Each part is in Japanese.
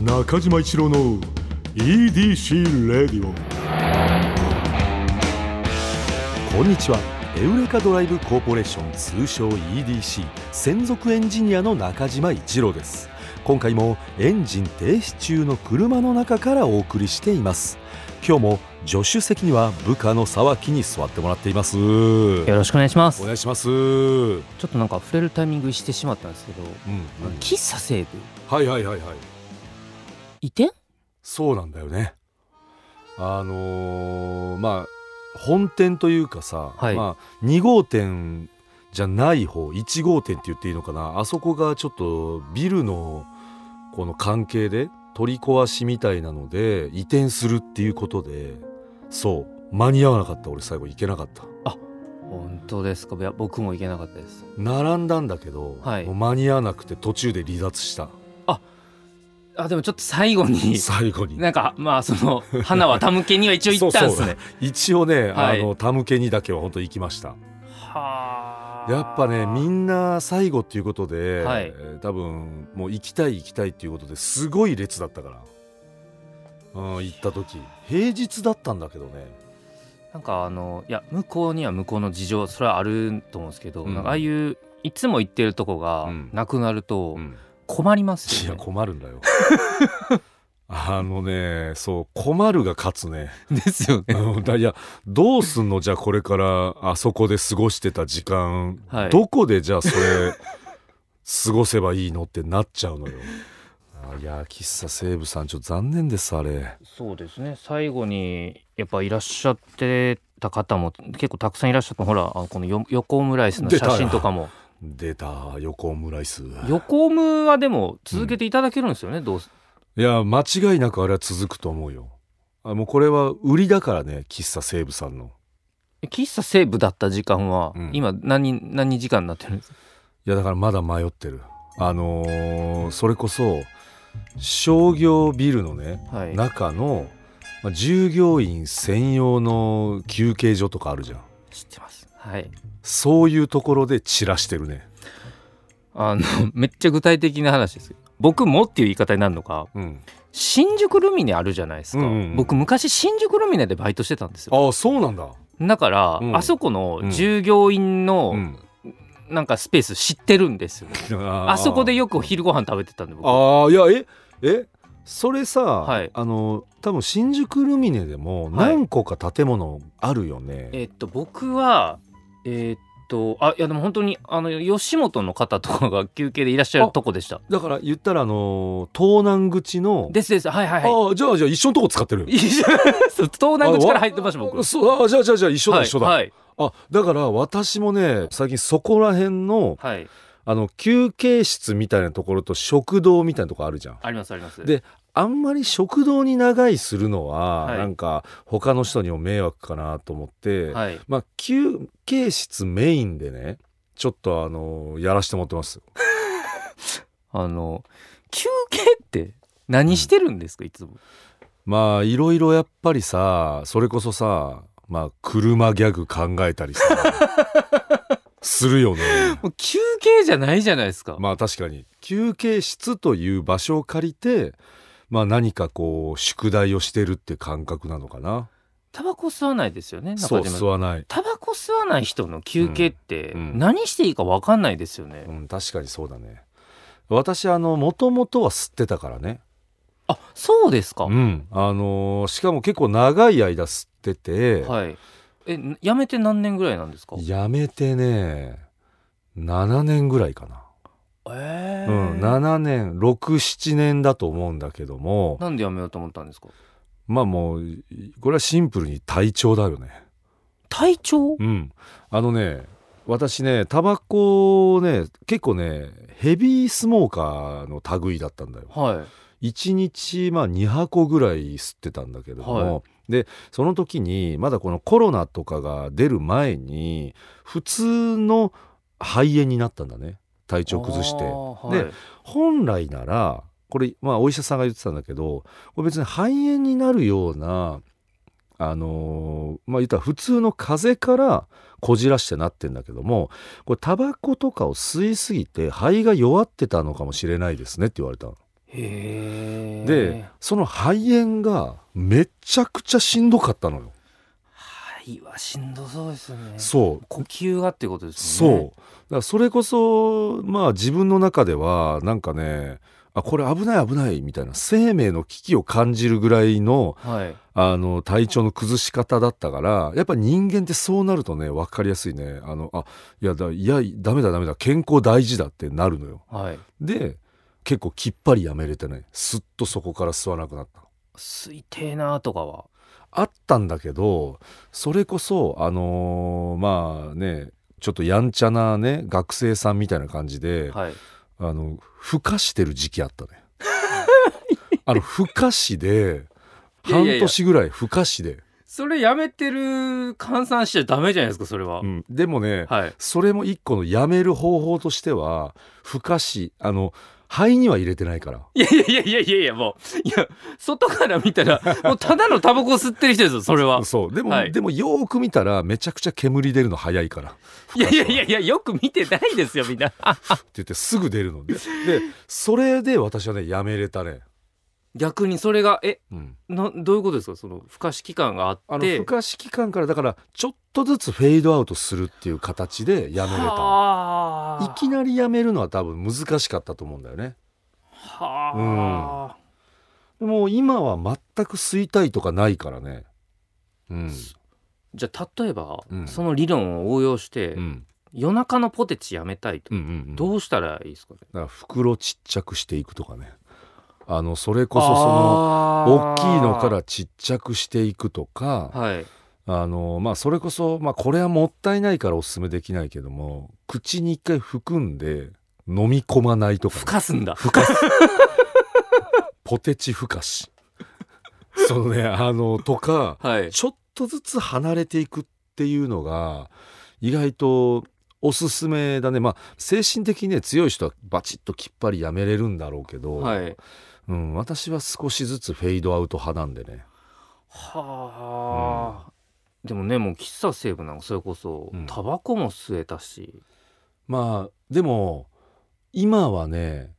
中島一郎の EDC レディオこんにちはエウレカドライブコーポレーション通称 EDC 専属エンジニアの中島一郎です今回もエンジン停止中の車の中からお送りしています今日も助手席には部下の沢木に座ってもらっていますおよろしくお願いします。願いしますうん、ちょっとなんか触れるタイミングしてしまったんですけど、喫茶西部はいはいはいはい移転？そうなんだよねあのーまあ本店というかさ、はいまあ、2号店じゃない方1号店って言っていいのかなあそこがちょっとビルのこの関係で取り壊しみたいなので移転するっていうことでそう間に合わなかった俺最後行けなかった本当ですか？いや僕も行けなかったです。並んだんだけど、はいもう間に合わなくて途中で離脱したあでもちょっと最後に最後になんかまあその花は手向けには一応行ったんですそねう。そう一応ね、はいあのタムケにだけは本当行きましたはあやっぱねみな。んな最後っていうことで、はいえー多分もう行きたい行きたいっていうことですごい列だったから、うん、行った時平日だったんだけどねなんかあのいや向こうには向こうの事情それはあると思うんですけど、うんなんかああいういつも行ってるとこがうんなくなるとん困りますいよやね。困るんだよ あのねそう困るが勝つ ねですよあ。のだいやどうすんのじゃあこれからあそこで過ごしてた時間、はい。どこでじゃあそれ 過ごせばいいのってなっちゃうのよあいや喫茶西武さんちょっと残念ですあれそうですね最後にやっぱいらっしゃってた方も結構たくさんいらっしゃったほらあのこのよ横オムライスの出た写真とかも出た横オムライスい横オムはでも続けていただけるんですよね、どうすや間違いなくあれは続くと思うよあもうこれは売りだからね喫茶西武さんの喫茶西部だった時間は、うん今何何時間になってるんですかいやだからまだ迷ってるあのーそれこそ商業ビルのねはい中のまあ従業員専用の休憩所とかあるじゃん知ってますはいそういうところで散らしてるねあの めっちゃ具体的な話ですけど僕もっていう言い方になるのかうん新宿ルミネあるじゃないですか、うんうんうん僕昔新宿ルミネでバイトしてたんですよああそうなんだだから、うんあそこの従業員うのんなんかスペース知ってるんですよ、ああそこでよよくお昼ご飯食べてたんで僕ああいやええそれさ、はいあの多分新宿ルミネでもはい何個か建物あるよね、えっと僕はえっとあいやでも本当にあの吉本の方とかが休憩でいらっしゃるとこでしただから言ったらあの東南口のですですはいはいはああじゃあじゃあ一緒のとこ使ってるいいや そう東南口から入ってました僕あそうあじゃあじゃあじゃあ一緒だ、はい一緒だ、はいあだから私もね最近そこら辺のはいあの休憩室みたいなところと食堂みたいなとこあるじゃんありますありますであんまり食堂に長居するのは、はいなんか他の人にも迷惑かなと思って、はいまあ休憩室メインでねちょっとあのやらしてもらってますあの休憩って何してるんですかいつもまあいろいろやっぱりさそれこそさまあ車ギャグ考えたり さするよねもう休憩じゃないじゃないですかまあ確かに休憩室という場所を借りてまあ何かこう宿題をしてるって感覚なのかなタバコ吸わないですよねそう中島吸わない、タバコ吸わない人の休憩ってうんうん何していいか分かんないですよねうん、確かにそうだね私あのもともとは吸ってたからねあそうですかうんあのーしかも結構長い間吸ってて、はい。え、ん辞めて何年ぐらいなんですか。やめてね7年ぐらいかな、えうん、な7年67年だと思うんだけどもんで辞めようと思ったんですか。まあもういこれはシンプルに体調だよね体調。うんあのね私ねタバコをね結構ねヘビースモーカーの類だったんだよは1日まあ2箱ぐらい吸ってたんだけれども、はでその時にまだこのコロナとかが出る前に普通の肺炎になったんだね体い。調崩してあーはい、で本来ならこれまあお医者さんが言ってたんだけどこれ別に肺炎になるようなあのーまあ言ったら普通の風邪からこじらしてなってんだけどもこれタバコとかを吸いすぎて肺が弱ってたのかもしれないですねって言われたのへえでその肺炎がめちゃくちゃしんどかったのよはいはしんどそうですよねそう呼吸がっていうことですそうもんだねからそれこそまあ自分の中ではなんかねあこれ危ない危ないみたいな生命の危機を感じるぐらいのはいあの体調の崩し方だったからやっぱ人間ってそうなるとね分かりやすいねあのあいやだいやダメだダメだ健康大事だってなるのよはいで結構きっぱりやめれてねすっとそこから吸わなくなった吸いてえなとかはあったんだけどそれこそあのーまあねちょっとやんちゃなね学生さんみたいな感じで、はいあのふかしてる時期あった ねあのふかしでいやいやい半や年ぐらいふかしでそれやめてる換算しちゃダメじゃないですかそれは、うんでもね、はいそれも一個のやめる方法としてはふかしあの肺には入れてないからいやいやいやいやいやもういや外から見たらもうただのタバコ吸ってる人ですよそれはそうでも、はいでもよーく見たらめちゃくちゃ煙出るの早いからいやいやいやいやよく見てないですよみんなって言ってすぐ出るのででそれで私はねやめれたね、逆にそれがえうん、などういうことですかその不可視期間があってあのふかし期間からだからちょっとずつフェードアウトするっていう形でやめれたはいきなりやめるのは多分難しかったと思うんだよねはあ、でも今は全く吸いたいとかないからねうん、じゃあ例えば、うんその理論を応用して、うん、夜中のポテチやめたいと、うんうんうんどうしたらいいですかねだから袋ちっちゃくしていくとかねあのそれこそその大のきいのからちっちゃくしていくとかはいあの、まあ、それこそ、まあ、これはもったいないからおすすめできないけども口に一回含んで飲み込まないとかね、ふかすんだふかすポテチふかし そのねあのとかはいちょっとずつ離れていくっていうのが意外とおすすめだねまあ精神的にね強い人はバチッときっぱりやめれるんだろうけど、はいうん、私は少しずつフェードアウト派なんでね、はあ、でもねもう喫茶セーブなんかそれこそ、うんタバコも吸えたしまあでも今はね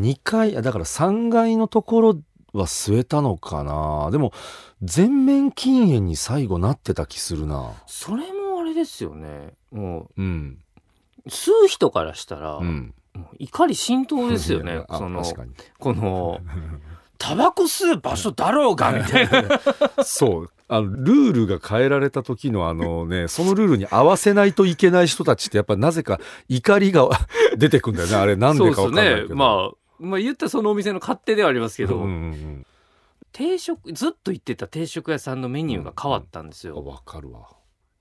2階あだから3階のところは据えたのかなでも全面禁煙に最後なってた気するなそれもあれですよねもうんう吸う人からしたら、うんもう怒り浸透ですよねあその確かにこのタバコ吸う場所だろうがみたいな そうあのルールが変えられた時のあのねそのルールに合わせないといけない人たちってやっぱなぜか怒りが出てくんだよねあれなんでかそうわかんないでけすどねまあまあ言ったらそのお店の勝手ではありますけど、うんうん定食ずっと行ってた定食屋さんのメニューが変わったんですうん、よ、わかるわ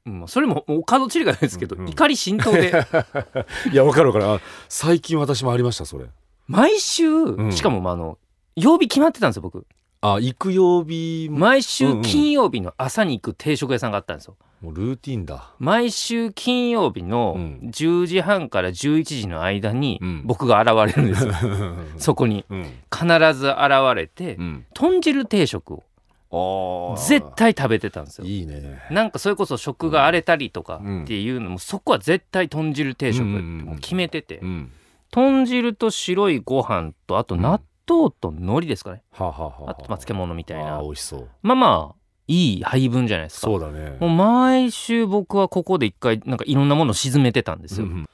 うんそれももうお門違いなんですけど、うんうん怒り浸透 でいやわかるわかるあ最近私もありましたそれ毎週、んしかもまああの曜日決まってたんですよ僕あ行く曜日もう毎んう週ん金曜日の朝に行く定食屋さんがあったんですよもうルーティンだ毎週金曜日のうん10時半から11時の間にうん僕が現れる んですよ、そこにうん必ず現れてうん豚汁定食をああ絶対食べてたんですよいいねなんかそれこそ食が荒れたりとかっていうのもそこは絶対豚汁定食ってもう決めててうん豚汁と白いご飯とあと納豆と海苔ですかねはあ、はあはあはあとまあ漬物みたいあなー美味しそうまあまあいい配分じゃないですかそうだねもう毎週僕はここで一回なんかいろんなものを沈めてたんですうよ、ん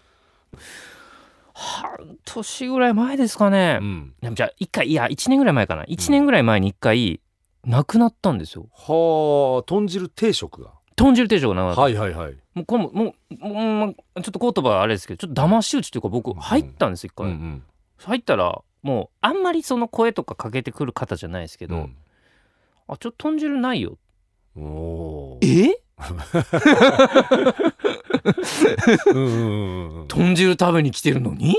半年ぐらい前ですかねう、んでもじゃあ一回いや1年ぐらい前かな1年ぐらい前に一回なくなったんですよはあ豚汁定食が豚汁定食がなくなった、はいはいはいもうこれももうもうまちょっと言葉はあれですけどちょっと騙し討ちというか僕うん入ったんです一回、ん入ったらもうあんまりその声とかかけてくる方じゃないですけけど、あちょっと豚汁ないようん、おーえうんうんうんうん豚汁食べに来てるのに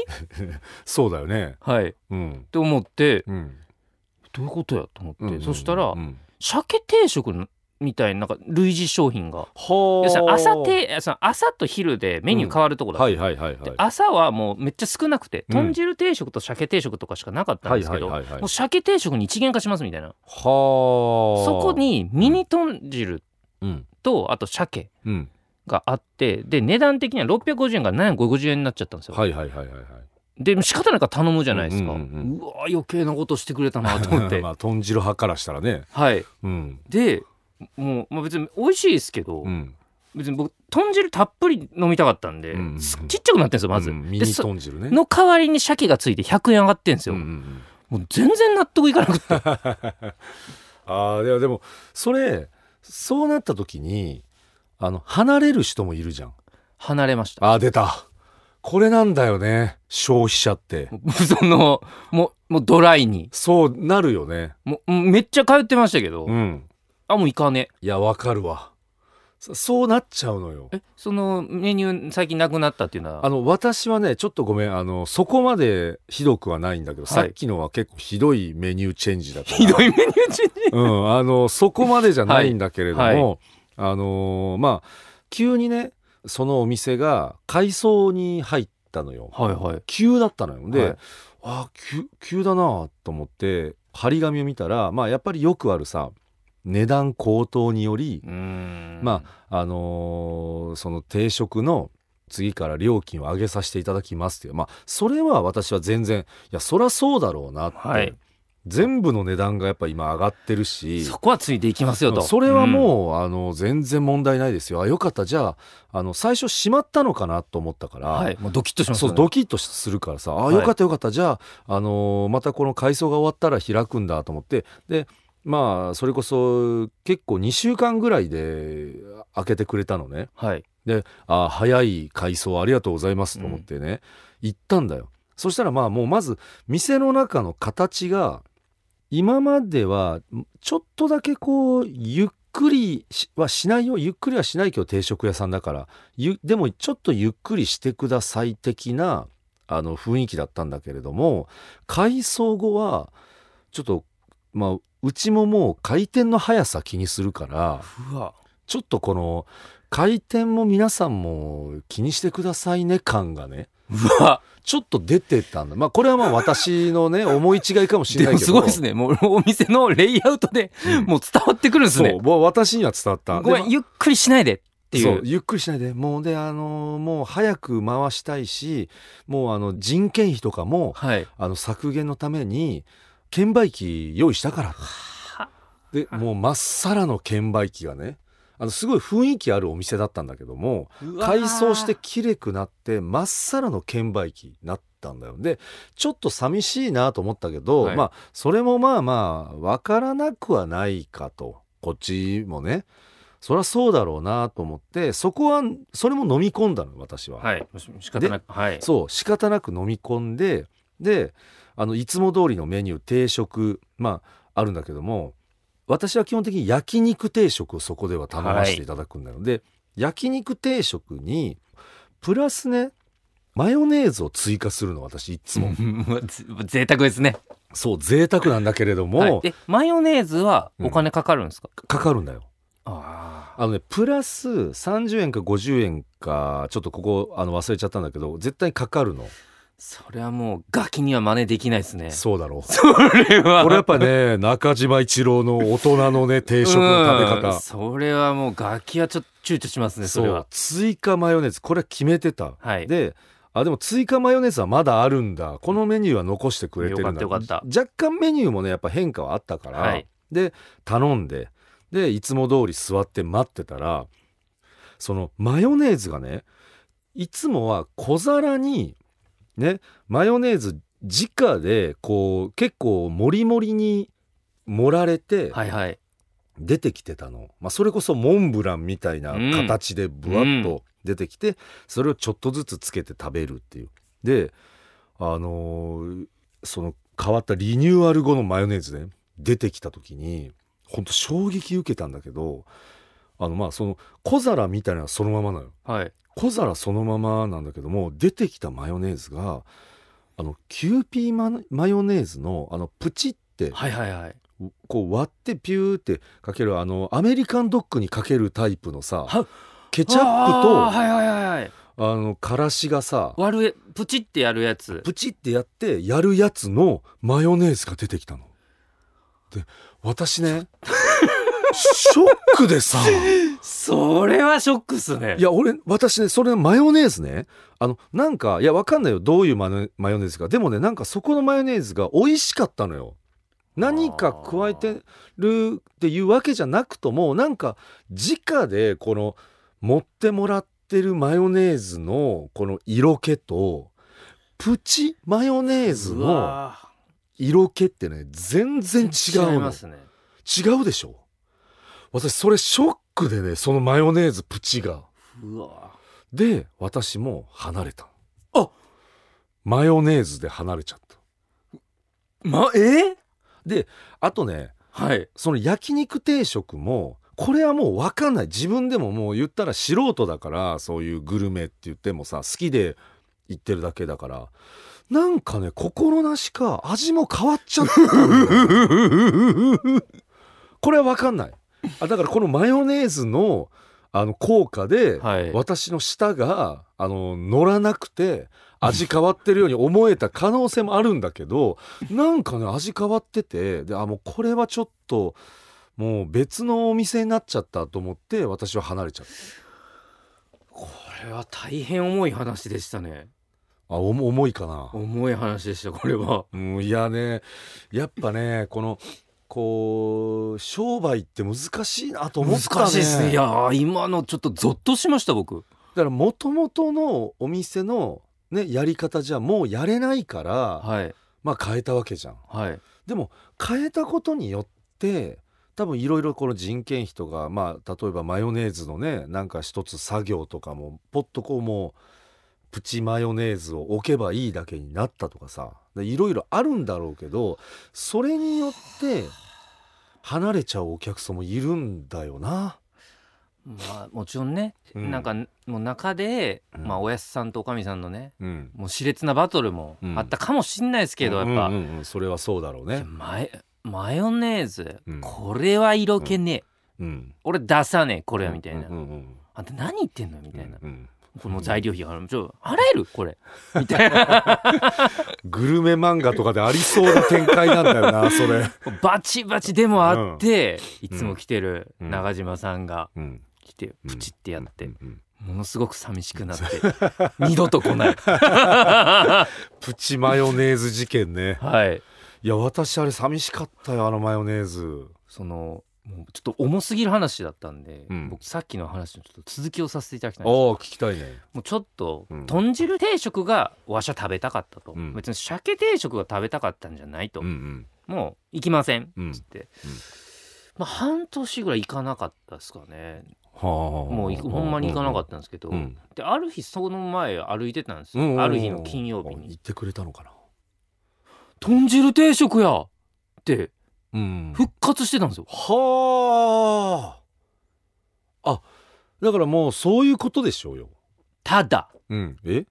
そうだよねはいっうんて思ってうんどういうことやと思って、うんうんそしたら、うん鮭定食みたいななんか類似商品がはあ要するに朝定その朝と昼でメニュー変わるところだっはた、いはいはいはいで朝はもうめっちゃ少なくてうん豚汁定食と鮭定食とかしかなかったんですけど、はいはいはいはいもう鮭定食に一元化しますみたいなはあそそこにミニ豚汁うんとあと鮭うんがあってで値段的には650円から750円になっちゃったんですよ、はいはいはいはいはいで仕方なく頼むじゃないですか、ううんうんわ余計なことしてくれたなと思って まあ豚汁派からしたらねはいうんでもう、まあ、別に美味しいですけど、うん別に僕豚汁たっぷり飲みたかったんで、うんすちっちゃくなってんですよまず、うんミでニそ豚汁ねの代わりに鮭がついて100円上がってんですよ、うんうんうんもう全然納得いかなくてああでもでもそれそうなった時にあの離れる人もいるじゃん離れましたあー出たこれなんだよね消費者ってもう そのもうもうドライにそうなるよねもううんめっちゃ通ってましたけど、うんあもういかねいやわかるわそそうなっちゃうのよえそのメニュー最近なくなったっていうのはあの私はねちょっとごめんあのそこまでひどくはないんだけど、はいさっきのは結構ひどいメニューチェンジだったひどいメニューチェンジうん、あのそこまでじゃないんだけれども、はいはあのーまあ急にねそのお店が改装に入ったのよはいはい急だったのよで、はいあー急急だなと思って張り紙を見たらまあやっぱりよくあるさ値段高騰によりうーんまあのーその定食の次から料金を上げさせていただきますっていうまあそれは私は全然いやそりゃそうだろうなって、はい全部の値段がやっぱ今上がってるしそこはついていきますよとそれはうんもう、あの全然問題ないですよあよかったじゃああの最初閉まったのかなと思ったから、はい、もうドキッとしますそようねドキッとするからさあはいよかったよかった、じゃあ、あのーまたこの改装が終わったら開くんだと思ってでまあそれこそ結構2週間ぐらいで開けてくれたのねはいあ早い改装ありがとうございますと思ってね、行ったんだよそしたらまあもうまず店の中の形が今まではちょっとだけこうゆっくりしはしないよゆっくりはしないけど定食屋さんだからゆでもちょっとゆっくりしてください的なあの雰囲気だったんだけれども改装後はちょっとまあうちももう回転の速さ気にするからうわちょっとこの回転も皆さんも気にしてくださいね感がねうわちょっと出てたんだまあこれはまあ私の ね思い違いかもしれでないもけどすごいですねもうお店のレイアウトで うんもう伝わってくるんですそうねもう私には伝わったごめんっゆっくりしないでっていうゆっくりしないでもうであのーもう早く回したいしもうあの人件費とかもはいあの削減のために券売機用意したからでもうまっさらの券売機がねあのすごい雰囲気あるお店だったんだけども改装してきれくなってまっさらの券売機になったんだよでちょっと寂しいなと思ったけど、はいまあそれもまあまあ分からなくはないかとこっちもねそりゃそうだろうなと思ってそこはそれも飲み込んだの私は、はいし仕方なくはいそう仕方なく飲み込んでであのいつも通りのメニュー定食まああるんだけども私は基本的に焼肉定食をそこでは頼ませていただくんだよ、で焼肉定食にプラスねマヨネーズを追加するの私いつも、もう ぜ贅沢ですねそう贅沢なんだけれども、はいえマヨネーズはお金かかるんですかかかるんだよああのねプラス30円か50円かちょっとここあの忘れちゃったんだけど絶対かかるの、ーそれはもうガキには真似できないですねそうだろうれはこれやっぱね中島一郎の大人のね定食の食べうん方それはもうガキはちょっと躊躇しますねそそれうは追加マヨネーズこれは決めてた、はいであでも追加マヨネーズはまだあるんだこのメニューは残してくれてるんだよかったよか若干メニューもねやっぱ変化はあったから、はいで頼んででいつも通り座って待ってたらそのマヨネーズがねいつもは小皿にねマヨネーズ直でこう結構もりもりに盛られてはいはい出てきてたの、まあ、それこそモンブランみたいな形でぶわっと出てきて、それをちょっとずつつけて食べるっていうであのーその変わったリニューアル後のマヨネーズね出てきた時にほんと衝撃受けたんだけどあのまあその小皿みたいなのはそのままなのよはい小皿そのままなんだけども出てきたマヨネーズがあのキューピーマヨマヨネーズのあのプチってはいはいはいこう割ってピューってかけるあのアメリカンドッグにかけるタイプのさはケチャップあーとあはいはいはいはいのからしがさ割るプチってやるやつプチってやってやるや つのマヨネーズが出てきたの。で私ねショックでさそれはショックっすねいや俺私ねそれマヨネーズねあのなんかいやわかんないよどういうマヨマヨネーズかでもねなんかそこのマヨネーズが美味しかったのよ何か加えてるっていうわけじゃなくともなんか直でこの持ってもらってるマヨネーズのこの色気とプチマヨネーズうのわー色気ってね全然違う違いのますね違うでしょ私それショックでねそのマヨネーズプチがうわで私も離れたあマヨネーズで離れちゃったまえあとねはいその焼肉定食もこれはもう分かんない自分でももう言ったら素人だからそういうグルメって言ってもさ好きで行ってるだけだからなんかね心なしか味も変わっちゃったのよこれは分かんないあだからこのマヨネーズのあの効果で、はい私の舌があの乗らなくて味変わってるように思えた可能性もあるんだけ どなんかね味変わっててであもうこれはちょっともう別のお店になっちゃったと思って私は離れちゃったこれは大変重い話でしたねあおも重いかな重い話でしたこれはうんいやねやっぱねこのこう商売って難しいなと思ったね難しいですねいやー今のちょっとゾッとしました僕だからもともとのお店のねやり方じゃもうやれないから、はいまあ変えたわけじゃんはいでも変えたことによって多分いろいろこの人件費とか、まあ、例えばマヨネーズのねなんか一つ作業とかもポッとこうもうプチマヨネーズを置けばいいだけになったとかさでいろいろあるんだろうけどそれによって離れちゃうお客さんもいるんだよな。まあもちろんね、うんなんかもう中で、うんまあおやすさんとおかみさんのねうん、もう熾烈なバトルもあったかもしんないですけど、やっぱ、うんうんうんそれはそうだろういやね。マヨマヨネーズ、うんこれは色気ねえ、うん、俺出さねえここれはみたいな、うんうんあんた何言ってんのみうんたいな、うんうんこの材料費がちょ払えるこれみたいなグルメ漫画とかでありそうな展開なんだよなそ れ。バチバチでもあって、いつも来てるうん中島さんがうん来てプチってやって、うんうんうんものすごく寂しくなって二度と来 ないプチマヨネーズ事件ねはいいや私あれ寂しかったよあのマヨネーズそのもうちょっと重すぎる話だったんで、うん僕さっきの話のちょっと続きをさせていただきたいんです聞きたいねもうちょっとうん豚汁定食がわしゃ食べたかったと、うん別に鮭定食が食べたかったんじゃないと、うんもう行きませんうんっつって、うんまあ、半年ぐらい行かなかったですかねうんはあもういほんまに行かなかっったんですけど、うんである日その前歩いてたんですよ、ある日の金曜日行にってくれたのかな「豚汁定食や!」ってうん復活してたんですよ。はああだからもうそういうことでしょうよただうんえ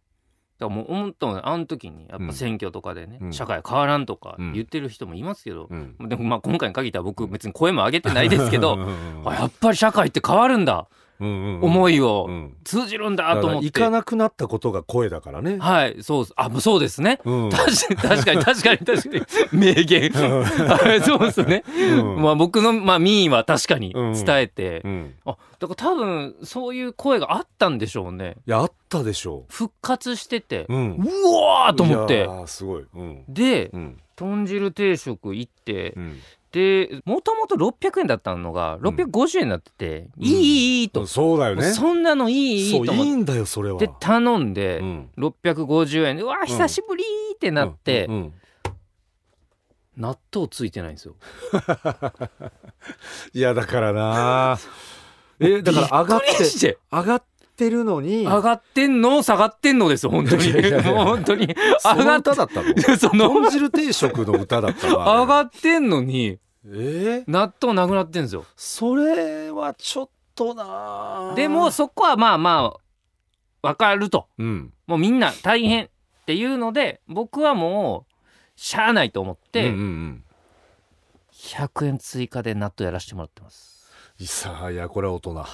だからもう思ったもんねあの時にやっうんぱ選挙とかでね、うん社会変わらんとかうん言ってる人もいますけど、うんでもまあ今回に限っては僕別に声も上げてないですけ どうんうんあやっぱり社会って変わるんだ、うん思いいうんをうん通じるんだだとから思って、行かなくなったことが声だからねはいそうですあもうそうですねうん確かに確かに確かに確かに名言はい そうですね、うんまあ僕の、まあ、民意は確かに伝えて、うんあだから多分そういう声があったんでしょうねいやあったでしょ復活してて、ううんうわーと思っいてやーすごいうんでうん豚汁定食行って、うんでもともと600円だったのが650円になってて、んいいいいいいと、うんそうだよねそんなのいいいそいうといい思っんだよそれはて頼んで、うん650円でうわーん久しぶりーってなって、うんうん納豆ついてないんですよいやだからな えだから上がっびくりてして上がってるのに上がってんの下がってんのです本当にいやいやいやもう本当にそ上のがっ歌だったのてその 豚汁定食の歌だったの あれ上がってんのにえー納豆なくなってんですよそれはちょっとなでもそこはまあまあわかるとうんもうみんな大変っていうので僕はもうしゃあないと思っうんうて、んうん100円追加で納豆やらせてもらってますいさあいやこれは大人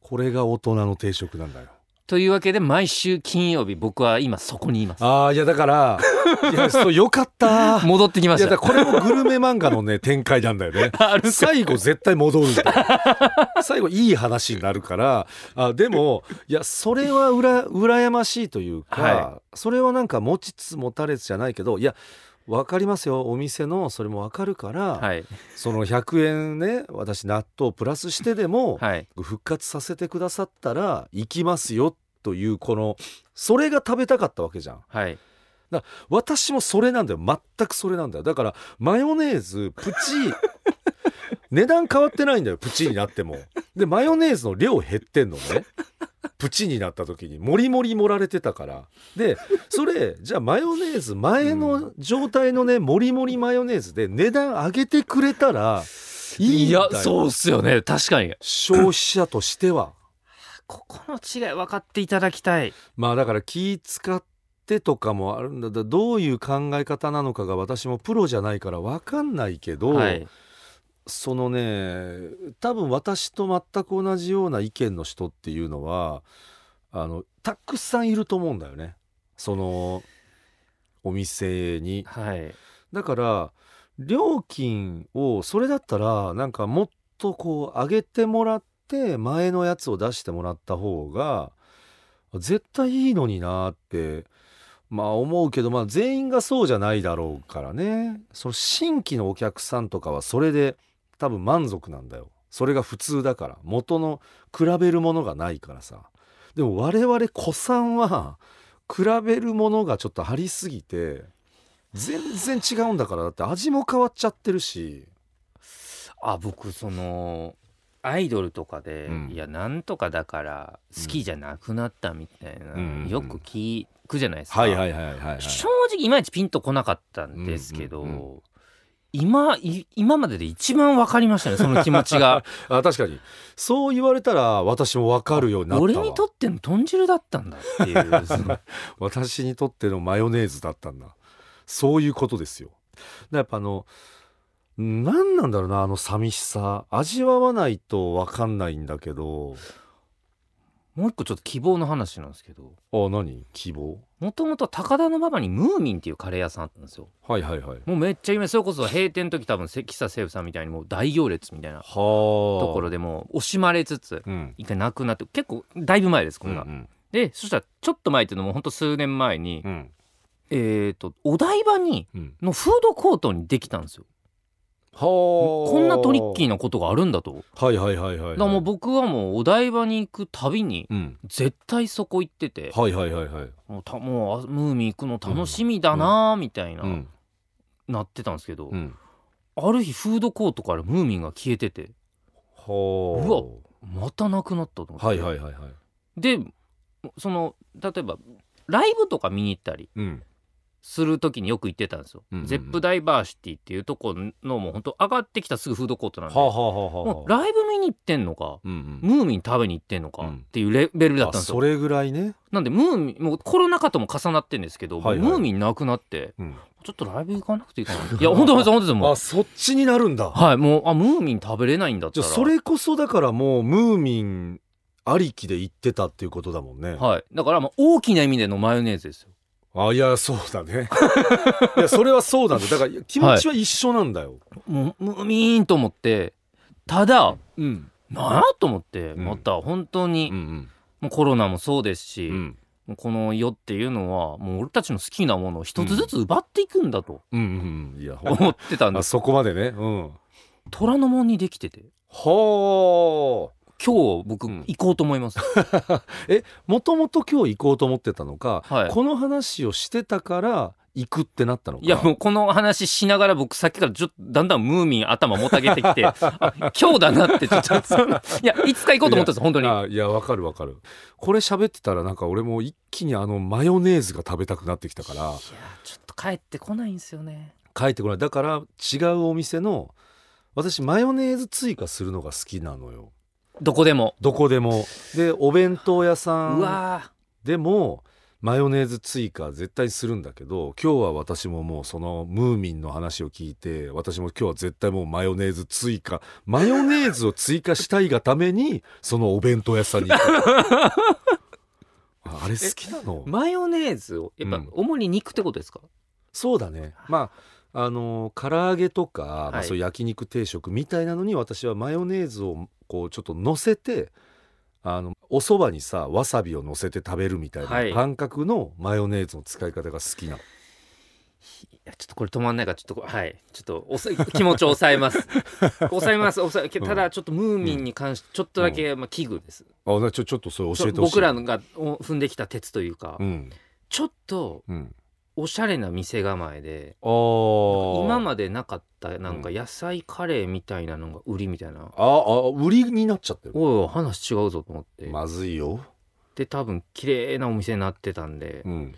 これが大人の定食なんだよというわけで毎週金曜日僕は今そこにいますああいやだからいやそうよかったい 戻ってきましやだたからこれもグルメ漫画のね展開なんだよ ねあるっすか最後絶対戻るんだよ最後いい話になるからあでもいやそれはうら羨ましいというか、はそれはなんか持ちつ持たれつじゃないけどいや分かりますよお店のそれも分かるから、はいその100円ね私納豆プラスしてでもはい復活させてくださったら行きますよというこのそれが食べたかったわけじゃんはい私もそれなんだよ全くそれなんだよだからマヨネーズプチ 値段変わってないんだよプチになってもでマヨネーズの量減ってんのねプチになった時にもりもり盛られてたからでそれじゃあマヨネーズ前の状態のねもりもりマヨネーズで値段上げてくれたらいいんだよやそうっすよね確かに消費者としてはここの違い分かっていただきたいまあだから気使ってとかもあるんだだどういう考え方なのかが私もプロじゃないから分かんないけど、はいそのね多分私と全く同じような意見の人っていうのはあのたくさんいると思うんだよねそのお店に。はいだから料金をそれだったらなんかもっとこう上げてもらって前のやつを出してもらった方が絶対いいのになってまあ思うけどまあ全員がそうじゃないだろうからねその新規のお客さんとかはそれで多分満足なんだよそれが普通だから元の比べるものがないからさでも我々子さんは比べるものがちょっとありすぎて全然違うんだからだって味も変わっちゃってるしあ僕そのアイドルとかで、うんいやなんとかだから好きじゃなくなったみたいな、うんよく聞くじゃないですか、いはいはい、は正直いまいちピンとこなかったんですけど、うんうん今い今までで一番分かりましたねその気持 ちがあ確かにそう言われたら私も分かるようになったわ俺にとっての豚汁だったんだってい うその私にとってのマヨネーズだったんだそういうことですよだからやっぱあの何なんだろうなあの寂しさ味わわないと分かんないんだけどもう一個ちょっと希望の話なんですけどあ何希望もともと高田の馬場にムーミンっていうカレー屋さんあったんですよはいはいはいはもうめっちゃ有名それこそ閉店の時多分せ喫茶セーフさんみたいにもう大行列みたいなあとところでもう惜しまれつつうん一回なくなって結構だいぶ前ですこんな、うんでそしたらちょっと前っていうのもほんと数年前に、うんえっ、とお台場にうんのフードコートにできたんですよはあここんなトリッキーーなことがあるんだとはいはいはいはい、はだい、からもう僕はもうお台場に行くたびにうん絶対そこ行っててはいはいはいはいもうたもうあムーミン行くの楽しみだなーみたいな、うんなってたんですけど、うんある日フードコートからムーミンが消えててはまたなくなったと思って、あはいはいはいはいでその例えばライブとか見に行ったりうんする時によく行ってたんですよ、うんうんうんゼップダイバーシティっていうとこのもうほんと上がってきたすぐフードコートなんはで、あはあはあはもうあライブ見に行ってんのかうんうんムーミン食べに行ってんのかうんっていうレベルだったんあですそよ、れぐらいねなんでムーミンもうコロナ禍とも重なってんですけど、はいはいもうムーミンなくなってうんちょっとライブ行かなくていい かないや本当です本当ですもうあそっちになるんだはいもうあムーミン食べれないんだったじゃらあそれこそだからもうムーミンありきで言ってたっていうことだもんね。はい、だからまあ大きな意味でのマヨネーズですよ。あいやそうだね。 いやそれはそうなんだ。だから気持ちは一緒なんだよ。もうムーミンと思ってただうんなんやと思ってうんまた本当に、んもうコロナもそうですし、うんもうこの世っていうのはもう俺たちの好きなものを一つずつ奪っていくんだとうんうんいやほん思ってたんであす、そこまでね。うん。虎ノ門にできててはあ。今日僕うん行こうと思います、もともと今日行こうと思ってたのか、はいこの話をしてたから行くってなったのか。いやもうこの話しながら僕さっきからちょっとだんだんムーミン頭もたげてきて あ今日だなってちょっとそのいやいつか行こうと思ったんです本当にあいやわかるわかるこれ喋ってたらなんか俺もう一気にあのマヨネーズが食べたくなってきたからいやちょっと帰ってこないんですよね帰ってこないだから違うお店の私マヨネーズ追加するのが好きなのよどこでもどこでもでお弁当屋さうんわでもマヨネーズ追加絶対するんだけど今日は私ももうそのムーミンの話を聞いて私も今日は絶対もうマヨネーズ追加マヨネーズを追加したいがためにそのお弁当屋さんに行ったあれ好きなのマヨネーズをやっぱうん主に肉ってことですか、そうだねまああの唐揚げとか、まはあ、いそういう焼肉定食みたいなのに私はマヨネーズをこうちょっと乗せてあのお蕎麦にさわさびを乗せて食べるみたはいいな感覚のマヨネーズの使い方が好きなの、いやちょっとこれ止まんないからちょっとはいちょっとおさ気持ちを抑えます 抑えます抑えけただちょっとムーミンに関してちょっとだけ、まあ、器具ですあなちょちょっとそれ教えてほしい僕らがお踏んできた鉄というか、うんちょっとうんおしゃれな店構えであー今までなかったなんかう野菜カレーみたいなのが売りみたいな、ああ売りになっちゃってるおいおい話違うぞと思って、まずいよ、で多分綺麗なお店になってたんで、うん、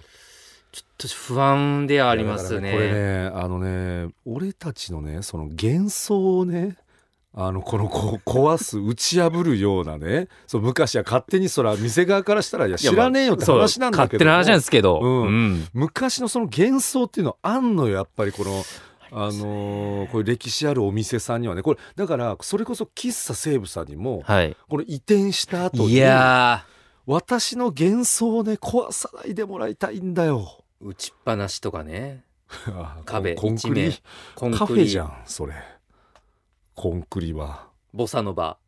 ちょっと不安ではありますいやだからねねこれねあのね俺たちのねその幻想をねあのこのこう壊す打ち破るようなねそう昔は勝手にそら店側からしたらいやいや知らねえよってそう話なんだけど勝手もな話なんですけど、うんうん昔のその幻想っていうのあんのよやっぱりこの。あのーこういう歴史あるお店さんにはねこれだからそれこそ喫茶西武さんにもはいこの移転した後いにや私の幻想をね壊さないでもらいたいんだよー打ちっぱなしとかね壁壁コンクリ一コンカクフリェじゃんそれコンクリは ボサノバ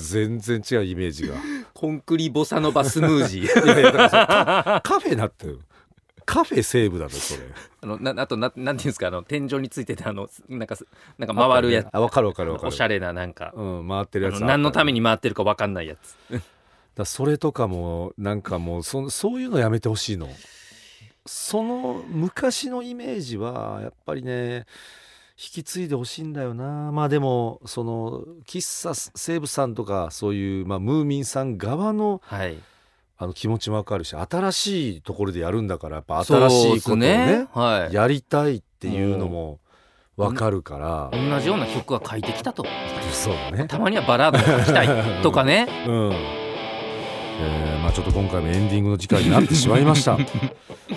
全然違うイメージがコンクリボサノバスムージーいやいやだからそれカ カフェだってカフェ西部だろそれ あのなあとななんていうんですかあの天井についてたあのなんかすなんか回るやつあ分かる分かる分かるおしゃれななんかうん、回ってあるやのつ何のためにに回ってるか分かんないやつだそれとかもなんかもうそそういうのやめてほしいのその昔のイメージはやっぱりね引き継いでほしいんだよなまあでもその喫茶西武さんとかそういう、まあ、ムーミンさん側のはいあの気持ちもわかるし新しいところでやるんだからやっぱ新しいことそうをっすねはいやりたいっていうのもわかるから、同じような曲は書いてきたとそうだねたまにはバラードが書きたいとかねうんえーまあ、ちょっと今回もエンディングの時間になってしまいました、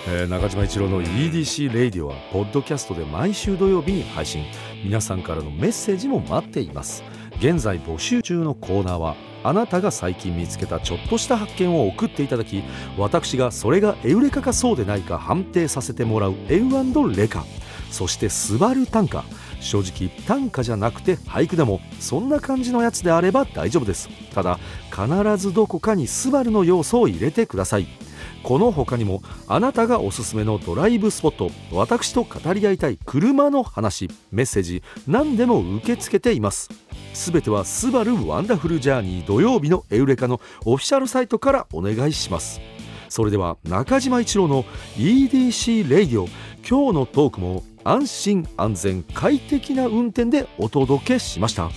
えー中島一郎の EDC レイディオはポッドキャストで毎週土曜日に配信皆さんからのメッセージも待っています現在募集中のコーナーはあなたが最近見つけたちょっとした発見を送っていただき私がそれがエウレカかそうでないか判定させてもらうエウレカそして「スバル短歌」正直短歌じゃなくて俳句でもそんな感じのやつであれば大丈夫ですただ必ずどこかにスバルの要素を入れてくださいこの他にもあなたがおすすめのドライブスポット私と語り合いたい車の話メッセージ何でも受け付けていますすべては「スバルワンダフルジャーニー土曜日のエウレカ」のオフィシャルサイトからお願いしますそれでは中島一郎の EDC レイディオ今日のトークも安心安全快適な運転でお届けしました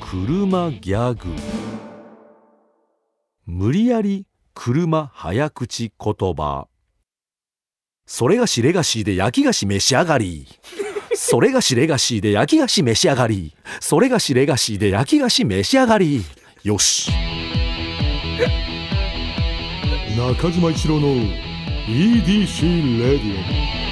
車ギャグ無理やり車早口言葉それがしレガシーで焼き菓子召し上がりそれがしレガシーで焼き菓子召し上がりそれがしレガシーで焼き菓子召し上がりよし中島一郎の EDC レディオ